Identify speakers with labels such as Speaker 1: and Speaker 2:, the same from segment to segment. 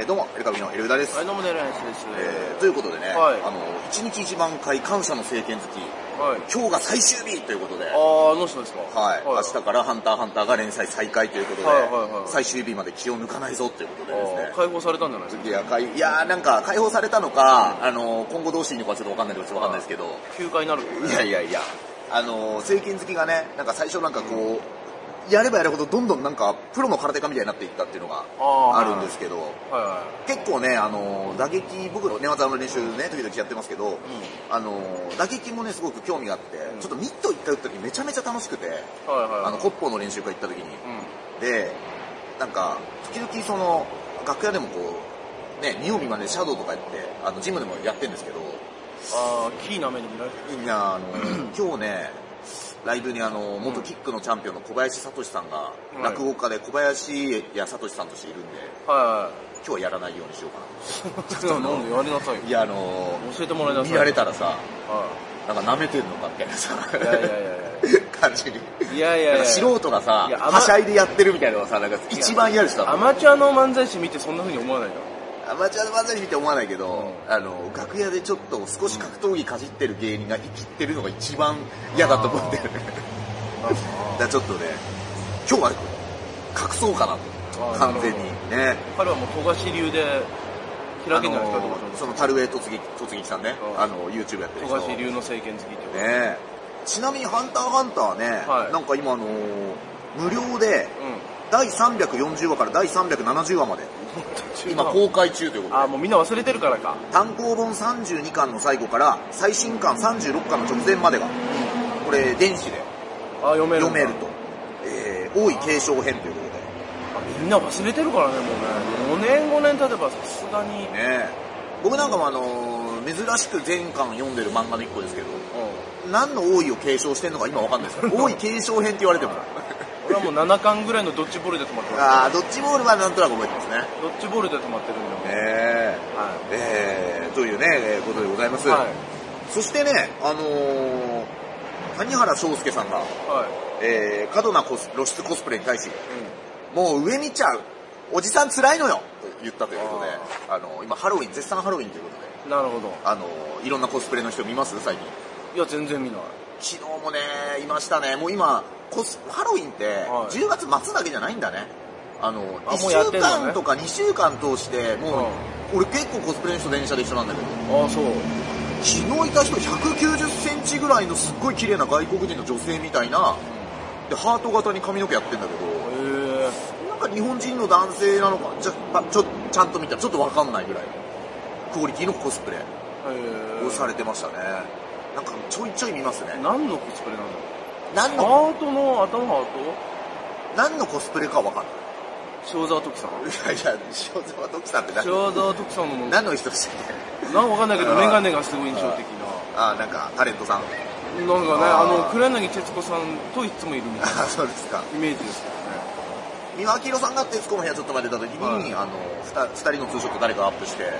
Speaker 1: えーどうも、エルカビのエルウダです
Speaker 2: はい、。どうもねるやつです。
Speaker 1: えーということでね、
Speaker 2: はい
Speaker 1: あの、1日1万回感謝の聖剣好き、
Speaker 2: はい。
Speaker 1: 今日が最終日ということで、はい、
Speaker 2: あー、あの人ですか
Speaker 1: 明日からハンターハンターが連載再開ということで、
Speaker 2: はいはいはい
Speaker 1: 最終日まで気を抜かないぞということで
Speaker 2: あー
Speaker 1: ですね。
Speaker 2: 解放されたんじゃないですか
Speaker 1: いや、かいいやーなんか解放されたのか、あの、今後どうしていいのかちょっとわかんないのでちょっとわかんないですけど、
Speaker 2: 休暇になるけど
Speaker 1: い
Speaker 2: ね
Speaker 1: やいやいや、あの、聖剣好きがね、なんか最初なんかこう、やればやるほどどんどんなんかプロの空手家みたいになっていったっていうのが
Speaker 2: あー
Speaker 1: あるんですけど、
Speaker 2: はいは
Speaker 1: 結構ね、あの打撃、僕の寝技の練習ね、時々やってますけど、あの打撃もね、すごく興味があって、
Speaker 2: ん
Speaker 1: ちょっとミット一回打った時めちゃめちゃ楽しくて、
Speaker 2: い。はいはい。
Speaker 1: あの、コッポーの練習会行った時に、
Speaker 2: う
Speaker 1: で、なんか、時々その、楽屋でもこう、ね、見よう見まねでシャドウとかやって、あの、ジムでもやってんですけど、
Speaker 2: ん。あー、キーな目に見られてる。
Speaker 1: いや、あの今日ね、ライブにあの、元キックのチャンピオンの小林聡さんが、
Speaker 2: い
Speaker 1: 落語家で小林や聡さんとしているんで、
Speaker 2: は
Speaker 1: 今日はやらないようにしようか
Speaker 2: いはい。なんでやりなさいよ
Speaker 1: な。い。や、あの
Speaker 2: 教えてもらいなさい。
Speaker 1: 見られたらさ、
Speaker 2: は
Speaker 1: なんか舐めてんのかみたいなさ、
Speaker 2: い。いやいやいやいや。
Speaker 1: 感じに。
Speaker 2: いやいやい
Speaker 1: なん
Speaker 2: や
Speaker 1: か素人がさ
Speaker 2: い、やあま
Speaker 1: はしゃいでやってるみたいなのがさ、なんか一番嫌でした。
Speaker 2: アマチュアの漫才師見てそんな風に思わないだろ。
Speaker 1: アマチュアの漫才に見て思わないけど、
Speaker 2: う
Speaker 1: あの、楽屋でちょっと少し格闘技かじってる芸人が生きてるのが一番嫌だと思ってる。 だからちょっとね、今日は隠そうかな
Speaker 2: あ
Speaker 1: と。
Speaker 2: ー
Speaker 1: 完全に。ね。
Speaker 2: 彼はもう富樫流で開
Speaker 1: あ
Speaker 2: けんじゃないですか、
Speaker 1: のその、タルウェイ突撃、突撃さんね、
Speaker 2: うん
Speaker 1: あの、YouTube やってる
Speaker 2: 富
Speaker 1: 人。
Speaker 2: 樫流の政権好きってこと。
Speaker 1: ねちなみにハンターハンターね、
Speaker 2: はい
Speaker 1: なんか今あのー無料で、第340話から第370話まで、
Speaker 2: うん。
Speaker 1: 今公開中ということで
Speaker 2: あー、もうみんな忘れてるからか。
Speaker 1: 単行本32巻の最後から最新巻36巻の直前までが、これ電子で
Speaker 2: あー、読めるん
Speaker 1: 読
Speaker 2: だ。
Speaker 1: めると、えー、王位継承編ということで、
Speaker 2: みんな忘れてるからね、もうね。4年、5年経てばさすがに。
Speaker 1: ね僕なんかもあのー珍しく全巻読んでる漫画の一個ですけど、
Speaker 2: うん。
Speaker 1: 何の王位を継承してんのか今わかんないです から、王位継承編って言われても、
Speaker 2: 俺はもう7巻ぐらいのドッジボールで止まってま
Speaker 1: あードッジボールはなんとなく覚えてますね。
Speaker 2: す。ドッジボールで止まってるんだよ。
Speaker 1: ね
Speaker 2: は
Speaker 1: えー、というね、えーことでございま
Speaker 2: い。
Speaker 1: す。
Speaker 2: はい。
Speaker 1: そしてね、あのー、谷原章介さんが、
Speaker 2: は
Speaker 1: えー、過度なコス露出コスプレに対し、
Speaker 2: い。
Speaker 1: もう上見ちゃう、おじさん辛いのよと言ったということで、あのー今ハロウィン、絶賛ハロウィンということで、
Speaker 2: うん。なるほど。
Speaker 1: あのーいろんなコスプレの人見ます最近。
Speaker 2: いや、全然見ない。
Speaker 1: 昨日もね、いましたね。もう今、コス、ハロウィンって、
Speaker 2: はい
Speaker 1: 10月末だけじゃないんだね。あのー、
Speaker 2: あもうやっ
Speaker 1: 1
Speaker 2: て
Speaker 1: 週
Speaker 2: んのね
Speaker 1: 間とか2週間通して、もう、俺結構コスプレの人電車で一緒なんだけど、
Speaker 2: ああ、そう。
Speaker 1: 昨日いた人190センチぐらいのすっごい綺麗な外国人の女性みたいな、で、ハート型に髪の毛やってんだけど、
Speaker 2: へえ。
Speaker 1: なんか日本人の男性なのか、ちょ、ばちょ、ちゃんと見たらちょっとわかんないぐらいのクオリティのコスプレ
Speaker 2: へえ。
Speaker 1: をされてましたね。なんかちょいちょい見ますね。
Speaker 2: 何のコスプレなん
Speaker 1: 何
Speaker 2: だ
Speaker 1: の、
Speaker 2: ろうハートの頭ハ
Speaker 1: 何のコスプレかわかんない。
Speaker 2: ート塩沢徳さん。
Speaker 1: いやいや、塩沢徳さんって何
Speaker 2: 塩沢徳さんの、なん
Speaker 1: 何の人でしたっけ
Speaker 2: かわかんないけど、メガネがすごい印象的
Speaker 1: あ、なんかタレントさん。
Speaker 2: な。なんかね、
Speaker 1: あ
Speaker 2: あ
Speaker 1: ー
Speaker 2: の、黒柳徹子さんといつもいるみたい
Speaker 1: あ、そうですか。
Speaker 2: なイメージですけどね。
Speaker 1: 三輪明宏さんが徹子の部屋ちょっとまで出た時に、
Speaker 2: はい
Speaker 1: あの、ふた二人のツーショット誰かがアップして、
Speaker 2: はい。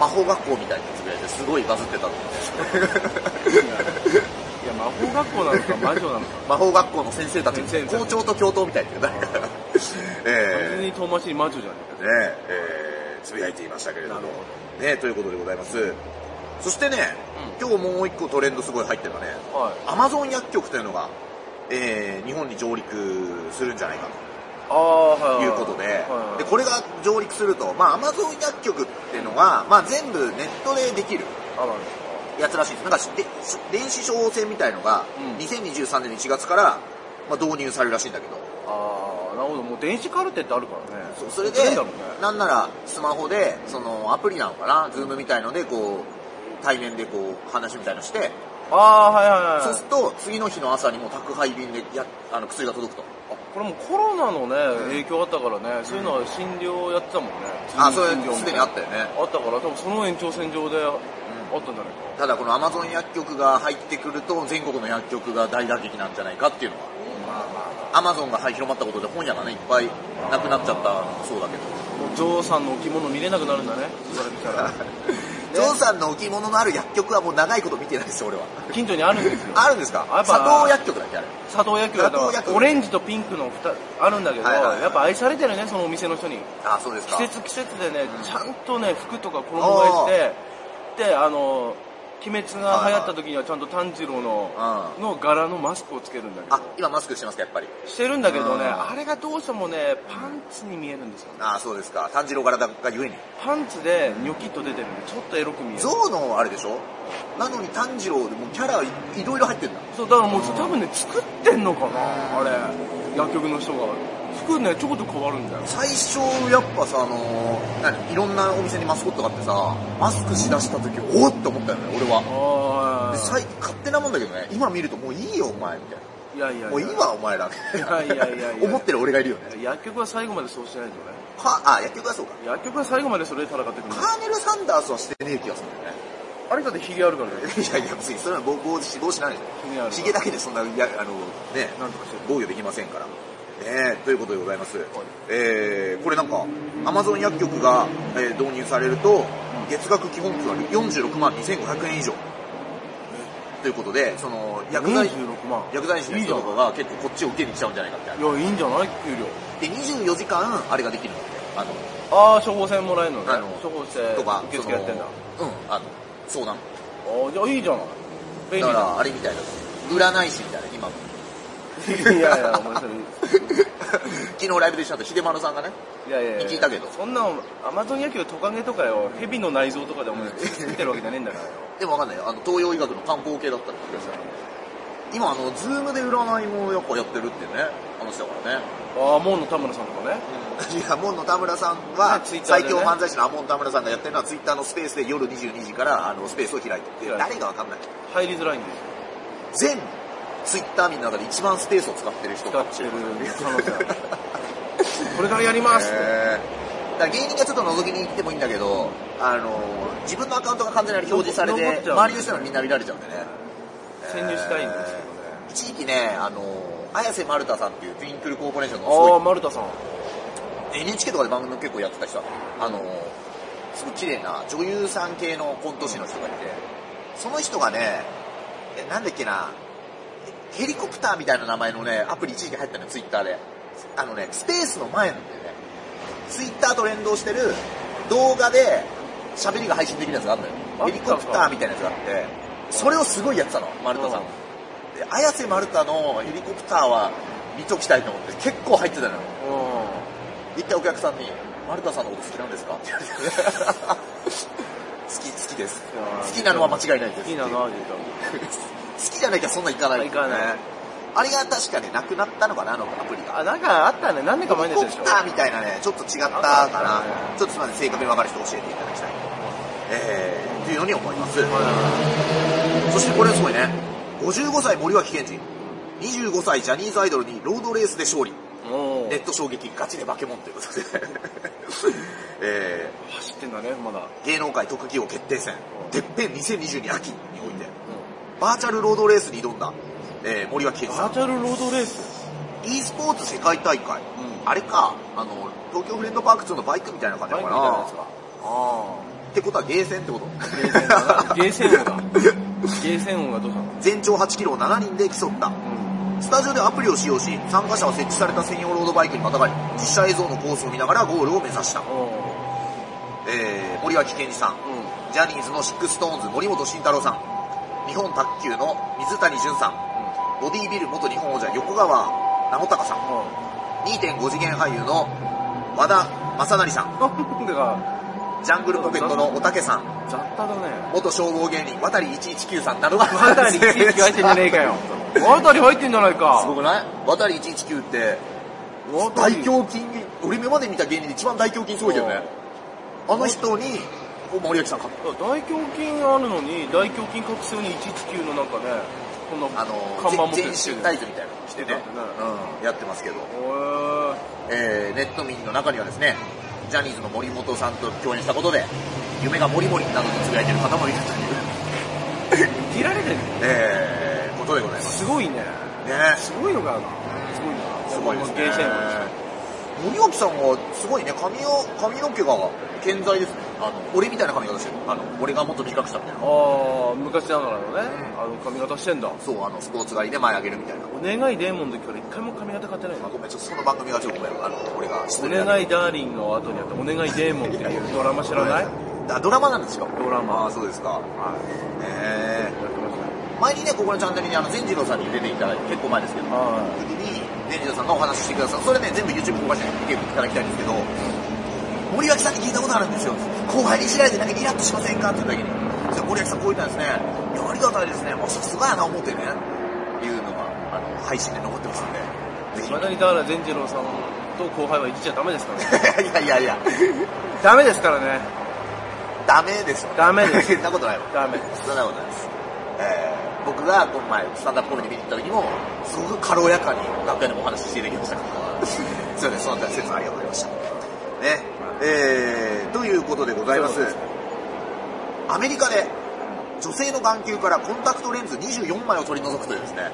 Speaker 1: 魔法学校みたいなやつぐらいですごいバズってたので、
Speaker 2: いや、魔法学校なのか魔女なのか、
Speaker 1: 魔法学校の先生たち、
Speaker 2: 先生たち
Speaker 1: 校長と教頭みたいな、誰かが
Speaker 2: 完全
Speaker 1: え
Speaker 2: に遠回しに魔女じゃね
Speaker 1: えねえーつぶやいていましたけれども、
Speaker 2: な
Speaker 1: ね
Speaker 2: る
Speaker 1: えということでございます。そしてね、今日もう一個トレンドすごい入ってるのはね、
Speaker 2: えか。はい。
Speaker 1: アマゾン薬局というのが、えー日本に上陸するんじゃないかと。
Speaker 2: ああ、はい、はい。
Speaker 1: いうことで,、
Speaker 2: はい、
Speaker 1: でこれが上陸すると、まあ、アマゾン薬局っていうのが、まあ、全部ネットでできる
Speaker 2: あら、
Speaker 1: やつらしいですなんかで電子処方箋みたいのが、
Speaker 2: うん
Speaker 1: 2023年の1月から、まあ、導入されるらしいんだけど
Speaker 2: ああ、なるほど。もう電子カルテってあるからね。
Speaker 1: そうそれで
Speaker 2: やってんだろうね。
Speaker 1: なんならスマホでそのアプリなのかなズームみたいのでこう対面でこう話みたいのして、
Speaker 2: ああ、はいはいはい。
Speaker 1: そうすると次の日の朝にもう宅配便でやあの薬が届くと
Speaker 2: あこれもうコロナのね、影響あったからね、そういうのは診療やってたもんね。
Speaker 1: あそれ
Speaker 2: 診療
Speaker 1: すでにあったよね
Speaker 2: あったから、多分その延長線上であったんじゃないか。
Speaker 1: ただこのアマゾン薬局が入ってくると全国の薬局が大打撃なんじゃないかっていうのは
Speaker 2: まあま
Speaker 1: アマゾンがはい広まったことで本屋がねいっぱいなくなっちゃったそうだけど
Speaker 2: あ。もうゾウさんの置物見れなくなるんだね。そうされてきたら。
Speaker 1: ジョンさんの置物のある薬局はもう長いこと見てないです、俺は。
Speaker 2: 近所にあるんですよ
Speaker 1: あるんですか
Speaker 2: やっぱ
Speaker 1: 佐藤薬局だっけあれ。
Speaker 2: 佐藤野球だ
Speaker 1: 佐藤野
Speaker 2: と
Speaker 1: 球
Speaker 2: オレンジとピンクのふたあるんだけど、
Speaker 1: はいはいはい
Speaker 2: やっぱ愛されてるねそのお店の人に
Speaker 1: あ、そうです
Speaker 2: 季
Speaker 1: か。
Speaker 2: 節季節でねちゃんとね服とか衣替えしてであの鬼滅が流行った時にはちゃんと炭治郎のの柄のマスクをつけるんだけど
Speaker 1: あ、今マスクしてますか、やっぱり。
Speaker 2: してるんだけどね
Speaker 1: うん
Speaker 2: あれがどうしてもねパンツに見えるんですよね
Speaker 1: あ、そうですか。炭治郎柄がゆえに。
Speaker 2: パンツでニョキッと出てるんでちょっとエロく見える
Speaker 1: 象のあれでしょなのに炭治郎でもうキャラいいろいろ入ってんだ。
Speaker 2: そうだからもう多分ね作ってんのかなあれ薬局の人が服ねちょこちょこ変わるんだよ
Speaker 1: 最初やっぱさあのー何いろんなお店にマスコットがあってさマスクしだした時おおって思ったよね俺は
Speaker 2: あ
Speaker 1: で
Speaker 2: あ
Speaker 1: さい勝手なもんだけどね今見るともういいよお前みたい
Speaker 2: いやい
Speaker 1: ない
Speaker 2: やや
Speaker 1: もういいわお前ら
Speaker 2: いやいやいやいや
Speaker 1: 思ってる俺がいるよね
Speaker 2: 薬局は最後までそうしないとね
Speaker 1: はあ薬局はそうか
Speaker 2: 薬局は最後までそれで戦ってくるんだよ
Speaker 1: カーネル・サンダースはしてねえ気がするんだよね
Speaker 2: あれだってヒゲあるからね
Speaker 1: いやいや別にそれは帽子帽子ないでし
Speaker 2: ヒゲあ
Speaker 1: ょ
Speaker 2: る
Speaker 1: ひげだけでそんないやあのね
Speaker 2: なんとかしてる
Speaker 1: 防御できませんから。ねえ、ということでございます。えー、これなんか、アマゾン薬局が、えー導入されると、月額基本給は46万2500円以上。ということで、その、薬剤師、
Speaker 2: 26万
Speaker 1: 薬剤師の
Speaker 2: いいじ
Speaker 1: 人
Speaker 2: ゃん
Speaker 1: とかが結構こっちを受けに来ちゃうんじゃないかってある。
Speaker 2: いやいいんじゃない給料
Speaker 1: で、24時間、あれができるんだって。あの、
Speaker 2: ああ処方箋もらえるのね
Speaker 1: あの
Speaker 2: 処方して
Speaker 1: とか、
Speaker 2: 受付やってんだあ
Speaker 1: そのうん、あの、相談。
Speaker 2: あじゃあいいじゃない便
Speaker 1: だ
Speaker 2: 利
Speaker 1: か
Speaker 2: だ
Speaker 1: ら、あれみたいだね。占い師みたいな、今。
Speaker 2: いやいやお前それ
Speaker 1: 昨日ライブで一緒になった秀丸さんがね、
Speaker 2: いやいやいや
Speaker 1: 聞いたけど
Speaker 2: そんなのアマゾン野球トカゲとかよ蛇の内臓とかで お前作ってるわけじゃねえんだからよ
Speaker 1: でもわかんないよあの東洋医学の漢方系だったら聞いてた今あのズームで占いもやっぱやってるってね話だからね、
Speaker 2: ああモンの田村さんとかね
Speaker 1: いやモンの田村さんは、
Speaker 2: ね Twitter で
Speaker 1: 最
Speaker 2: ね
Speaker 1: 強犯罪者のアモン田村さんがやってるのはツイッターのスペースで夜22時からあのスペースを開いてて
Speaker 2: はい
Speaker 1: 誰がわかんない
Speaker 2: 入りづらいんですよ
Speaker 1: 全ツイッター民の中で一番スペースを使ってる人
Speaker 2: 使
Speaker 1: か
Speaker 2: っ
Speaker 1: もしてれ
Speaker 2: る
Speaker 1: ない
Speaker 2: 可能性あるこれからやりますって
Speaker 1: へーだから芸人がちょっと覗きに行ってもいいんだけど、あの自分のアカウントが完全にあれ表示されて
Speaker 2: 残っちゃう
Speaker 1: 周りの人にみんな見られちゃうんでね
Speaker 2: 潜入したいんですけどね
Speaker 1: えー一時期ねあの綾瀬丸太さんっていうトゥインクルコーポレーションのす
Speaker 2: ああ
Speaker 1: ご
Speaker 2: 丸田さん
Speaker 1: い NHK とかで番組結構やってた人だあのすごい綺麗な女優さん系のコント師の人がいてその人がねえなんだっけなヘリコプターみたいな名前のねアプリ一時期入ったのよツイッターであのねスペースの前なんだよねツイッターと連動してる動画で喋りが配信できるやつがあったのよ
Speaker 2: あったか
Speaker 1: ヘリコプターみたいなやつがあってそれをすごいやってたの丸太さん
Speaker 2: うん
Speaker 1: で綾瀬丸太のヘリコプターは見ときたいと思って結構入ってたのよ
Speaker 2: う
Speaker 1: 一回お客さんに「丸太さんのこと好きなんですか?」って 言われて好き好きです
Speaker 2: いや
Speaker 1: 好
Speaker 2: ー
Speaker 1: きなのは間違いないです
Speaker 2: んいいななあじいち
Speaker 1: 好きじゃなきゃそんな行かない、
Speaker 2: 行かない
Speaker 1: あれが確かねなくなったのかなあのアプリが
Speaker 2: ゃんあなんかあったね何年か前のや
Speaker 1: コ
Speaker 2: つで
Speaker 1: プ
Speaker 2: しょ
Speaker 1: ターみたいなねちょっと違ったか
Speaker 2: なんか
Speaker 1: な
Speaker 2: あったね
Speaker 1: ちょっとすみません正確に分かる人教えていただきたいえー、っていうのに思います、そしてこれすごいね55歳森脇健児25歳ジャニーズアイドルにロードレースで勝利
Speaker 2: もう
Speaker 1: ネット衝撃ガチで化け物ということで、 え
Speaker 2: 走ってんだねまだ
Speaker 1: ー、芸能界特技王決定戦てっぺん2022秋において
Speaker 2: う
Speaker 1: バーチャルロードレースに挑んだ、えー、森脇健
Speaker 2: ん
Speaker 1: 児さん
Speaker 2: バーチャルロードレース
Speaker 1: e スポーツ世界大会、
Speaker 2: ん
Speaker 1: あれかあの東京フレンドパーク2のバイクみたいな感じ
Speaker 2: バイ
Speaker 1: な
Speaker 2: ク
Speaker 1: の
Speaker 2: み
Speaker 1: か
Speaker 2: たいなや
Speaker 1: な
Speaker 2: つか
Speaker 1: あーってことはゲーセンってこと
Speaker 2: ゲーセンだなゲーセン王だゲーセン王がどうしたの
Speaker 1: 全長8キロを7人で競ったスタジオでアプリを使用し参加者は設置された専用ロードバイクにまたがり実写映像のコースを見ながらゴールを目指した、
Speaker 2: う
Speaker 1: えー、森脇健児さん
Speaker 2: んうん
Speaker 1: ジャニーズのシックストーンズ森本慎太郎さん日本卓球の水谷隼さんボディービル元日本王者横川直隆さん2.5次元俳優の和田正成さん
Speaker 2: なんだか
Speaker 1: ジャングルポケットのおたけさん、
Speaker 2: 雑多だね
Speaker 1: 元消防芸人、渡り119さんなどが、
Speaker 2: 渡り119入ってんじ ゃねえかよ渡り入ってんじゃない
Speaker 1: すご
Speaker 2: か
Speaker 1: くない渡り119って、
Speaker 2: 渡
Speaker 1: 大
Speaker 2: り
Speaker 1: 胸筋、俺今まで見た芸人で一番大胸筋すごいけどね。あの人に、森脇さん勝っ
Speaker 2: 大胸筋あるのに大胸筋隠すように119のなんかねこんな
Speaker 1: た。あの
Speaker 2: 看板持
Speaker 1: ー、
Speaker 2: って
Speaker 1: 全全身タイツみたいなの着てね
Speaker 2: 着てたんだね、
Speaker 1: うん、やってますけど、
Speaker 2: おー
Speaker 1: えー、ネット民の中にはですね、ジャニーズの森本さんと共演したことで、夢がモリモリなどにつぶやいてる方もいるという、
Speaker 2: いじられてる
Speaker 1: えー、ことでございます。
Speaker 2: すごいね
Speaker 1: ね
Speaker 2: すごいのかなすご
Speaker 1: すご
Speaker 2: いな
Speaker 1: いですね
Speaker 2: ゲーセン王でしょ。
Speaker 1: 森脇さんがすごいね髪を髪の毛が健在ですねあの俺みたいな髪型してるあの俺がもっと短くしたみたいな
Speaker 2: ああ昔ながらのね、あの髪型してんだ
Speaker 1: そうあのスポーツ狩りで前上げるみたいな
Speaker 2: お願いデーモンの時から一回も髪型買ってない
Speaker 1: あ
Speaker 2: の
Speaker 1: ごめんちょっとその番組がちょっとごめんあの俺が失
Speaker 2: お
Speaker 1: 礼だ
Speaker 2: 願いダーリンの後にあったお願いデーモンっていうドラマ知らない
Speaker 1: あドラマなんですよ
Speaker 2: ドラマ
Speaker 1: あそうですか
Speaker 2: はい
Speaker 1: ねえ
Speaker 2: やってましたね
Speaker 1: 前にねここのチャンネルにあの善次郎さんに出ていただいて結構前ですけど
Speaker 2: は
Speaker 1: 時に善次郎さんがお話ししてくださったそれね全部 YouTube 公開していただきたいんですけど森脇さんに聞いたことあるんですよ後輩に知られてなんかイラッとしませんかっていう時にそしたら森脇さんこう言ったんですねいやありがたいですねもうさすがやな思ってねいうのがあの配信で残ってますんでぜ
Speaker 2: い
Speaker 1: ひ
Speaker 2: まだにだから善次郎さんと後輩はいじっちゃダメですからね
Speaker 1: いやいやいや
Speaker 2: ダメですからね
Speaker 1: ダメですよ
Speaker 2: ダメです
Speaker 1: そんなことないわ
Speaker 2: ダメ
Speaker 1: そんなことないです。えー、僕がこの前、スタンダップコメディ見に行った時も、すごく軽やかに楽屋でもお話ししていただきました から。そうです、その大切ありがとうございました。ね。えー、ということでございます
Speaker 2: そうです。
Speaker 1: アメリカで、女性の眼球からコンタクトレンズ24枚を取り除くというですね、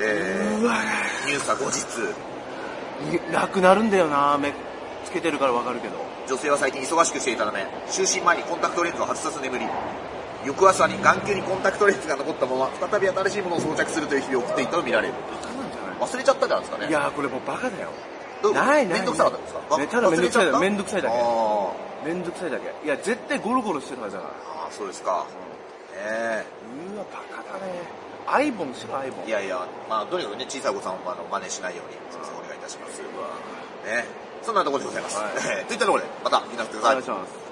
Speaker 1: え
Speaker 2: うわ
Speaker 1: ー、ニュースは後日、
Speaker 2: なくなるんだよな目つけてるからわかるけど
Speaker 1: 女性は最近忙しくしていたため、就寝前にコンタクトレンズを外さず眠り、翌朝に眼球にコンタクトレンズが残ったまま、再び新しいものを装着するという日々を送っていったと見られる。
Speaker 2: バカなんじゃない
Speaker 1: 忘れちゃったじゃないですかね。
Speaker 2: いやーこれもうバカだよ
Speaker 1: どううこと
Speaker 2: ないない
Speaker 1: めんどくさかったんですか
Speaker 2: ねただめんどくさい
Speaker 1: 忘れちゃっ
Speaker 2: だけ
Speaker 1: た
Speaker 2: めんどくさいだけ
Speaker 1: あー
Speaker 2: めんどくさいだけいや絶対ゴロゴロしてるはずだから
Speaker 1: あー、そうですか。ね
Speaker 2: うわバカだねアイボンしろアイボン
Speaker 1: えいやいや、まあ、とにかくね、小さいお子さんをあの真似しないように、すいませんお願いいたします。ねそんなところでございます。
Speaker 2: は
Speaker 1: といったところで、また、みんなくだ
Speaker 2: お
Speaker 1: さ
Speaker 2: 願い
Speaker 1: い
Speaker 2: し。ます